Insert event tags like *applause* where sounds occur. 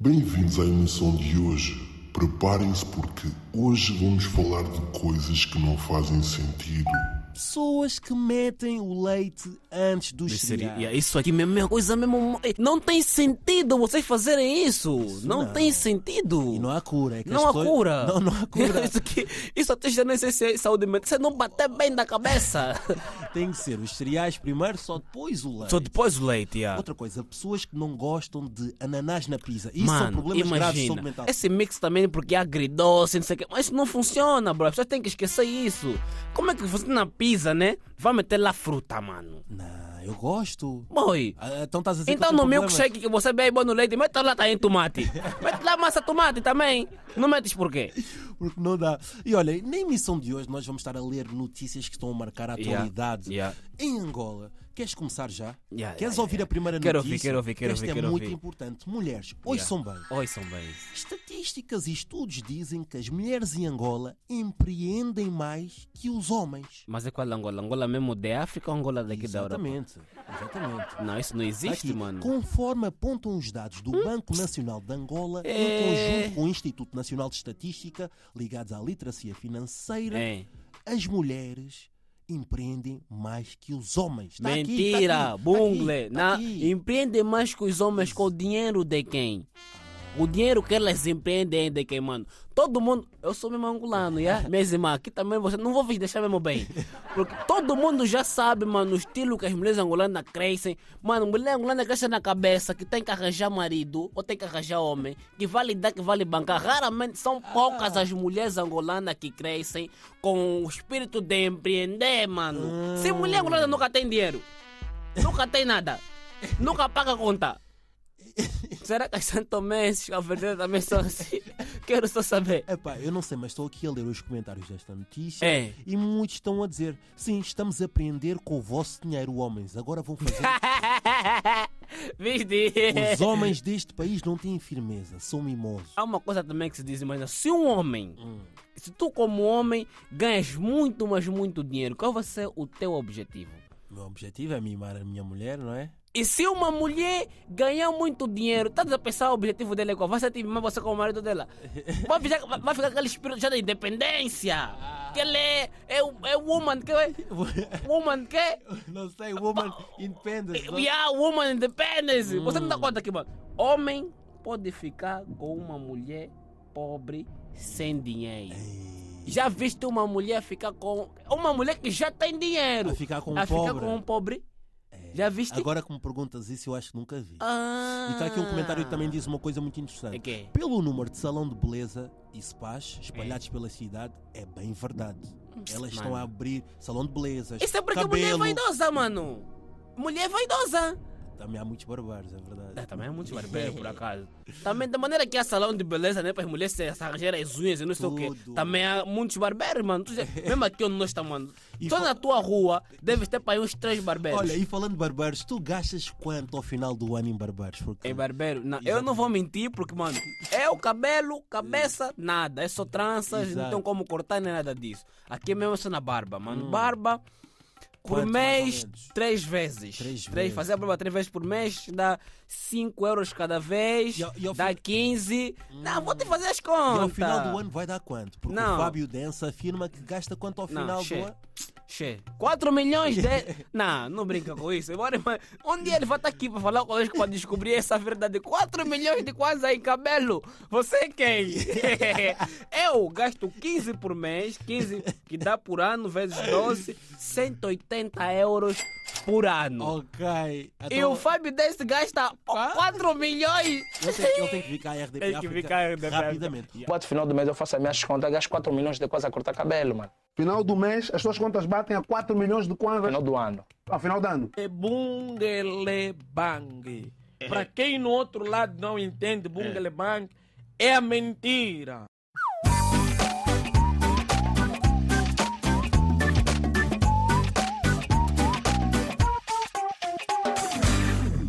Bem-vindos à emissão de hoje. Preparem-se porque hoje vamos falar de coisas que não fazem sentido. Pessoas que metem o leite antes dos Isso seria- cereais. yeah, isso aqui mesmo é uma coisa mesmo. Não tem sentido vocês fazerem isso. não, não. tem sentido. E não há cura. É que as Não há pessoas- cura. Não, não há *laughs* cura. isso, aqui, isso até já nem sei se é saúde mental. Você não bater bem na cabeça. Tem que ser os cereais primeiro, *laughs* só depois o leite. Só depois o leite, yeah. Outra coisa, pessoas que não gostam de ananás na pizza. Isso são Mano, problemas graves de saúde imagina. mental. Esse mix também porque é agridoce, não sei o quê. Mas isso não funciona, bro. As pessoas têm que esquecer isso. Como é que você na pizza, né? Vai meter lá fruta, mano. Não, eu gosto. Boy. Ah, então estás a dizer Então que eu no tenho problemas? milkshake que você bebe no leite, mete lá também *laughs* tomate. Mete lá massa tomate também. Não metes por quê? Porque não dá. E olha, na emissão de hoje nós vamos estar a ler notícias que estão a marcar a Yeah, atualidade yeah. em Angola. Queres começar já? Yeah, Queres yeah, ouvir a primeira Quero ouvir, notícia? quero ouvir, quero Esta ouvir, é quero muito ouvir. importante. Mulheres, ouçam bem. Oi, são bens. Estatísticas e estudos dizem que as mulheres em Angola empreendem mais que os homens. Mas é qual Angola? Angola mesmo de África ou Angola daqui da Europa? Exatamente, exatamente. Não, isso não existe, Aqui, mano. Conforme apontam os dados do Banco Nacional de Angola, em É. conjunto com o Instituto Nacional de Estatística, ligados à literacia financeira, É. as mulheres empreendem mais que os homens. Tá aqui, Mentira, tá aqui, bungle. Tá na- aqui, tá aqui. empreende mais que os homens com o dinheiro de quem? O dinheiro que elas empreendem é de quem, mano? Todo mundo. Eu sou mesmo angolano, yeah? Minhas irmãs, aqui também você. Não vou vos deixar mesmo bem. Porque todo mundo já sabe, mano, o estilo que as mulheres angolanas crescem. Mano, mulher angolana cresce na cabeça que tem que arranjar marido ou tem que arranjar homem. Que vale dar, que vale bancar. Raramente são poucas as mulheres angolanas que crescem com o espírito de empreender, mano. Se mulher angolana nunca tem dinheiro. Nunca tem nada. Nunca paga conta. Será que as santomenses, a verdade também são assim? Quero só saber. Epá, eu não sei, mas estou aqui a ler os comentários desta notícia É. e muitos estão a dizer: sim, estamos a aprender com o vosso dinheiro, homens. Agora vão *laughs* fazer. Viste? Os homens deste país não têm firmeza, são mimosos. Há uma coisa também que se diz, imagina, se um homem, se tu como homem ganhas muito, mas muito dinheiro, qual vai ser o teu objetivo? O meu objetivo é mimar a minha mulher, não é? *laughs* E se uma mulher ganhar muito dinheiro, estás a pensar o objetivo dela é qual? Vai ser tipo, mas você como marido dela. Vai ficar, vai- vai ficar aquele espírito já da independência. Que ele é, é, o- é o woman que é. Woman que é. não sei, woman independent. não? é? We are woman independence. Hum. Você não dá conta aqui, mano. Homem pode ficar com uma mulher pobre sem dinheiro. Já viste uma mulher ficar com. Uma mulher que já tem dinheiro. A ficar com um a ficar pobre. É. com um pobre. Já viste? Agora que me perguntas isso, eu acho que nunca vi. Ah. E está aqui um comentário que também diz uma coisa muito interessante. É quê? Pelo número de salão de beleza e spas espalhados pela cidade, é bem verdade. Elas estão a Hum. Mano. abrir salão de belezas. Isso é porque cabelo. mulher é vaidosa, mano. Mulher é vaidosa. Também há muitos barbaros, é verdade. É, também é muito barbeiro, *laughs* por acaso. Também, da maneira que há salão de beleza, né? Para as mulheres se arranjarem as unhas e não sei o quê. Tudo. Também há muitos barbeiros, mano. Tu já- mesmo aqui onde nós estamos, mano. E Só fa- na tua rua, deves ter para aí uns três barbeiros. Olha, e falando de barbaros, tu gastas quanto ao final do ano em barbaros? Porque É barbeiro. Não, eu não vou mentir porque, mano, é o cabelo, cabeça, nada. É só tranças, Exato. não tem como cortar nem nada disso. Aqui mesmo é só na barba, mano. Barba por Quanto, mais ou mês, menos? três vezes. Três vezes. Fazer a barba três vezes por mês dá 5 euros cada vez, E ao- e ao dá fim- Hum. 15. Não, vou te fazer as E contas. ao final do ano vai dar quanto? Porque o tá. Não. Fábio Densa afirma que gasta quanto ao Não, final che. do ano? Che, 4 milhões de. não, não brinca com isso. Bora, mas um dia ele vai estar aqui para falar conosco para descobrir essa verdade. 4 milhões de quase aí, cabelo. Você é quem? Eu gasto 15 por mês, 15 que dá por ano, vezes 12, 180 euros por ano. Ok. Então, E o Fábio Desse gasta 4 milhões. ele, tem, ele tem que ficar RDP Tem que África ficar RDP África. rapidamente. Bota final do mês, eu faço as minhas contas, gasto 4 milhões de coisa a cortar cabelo, mano. Final do mês, as suas contas batem a 4 milhões de kwanzas Final do ano. ao final do ano. é bungelebang. Para quem no outro lado não entende bungelebang, é a mentira.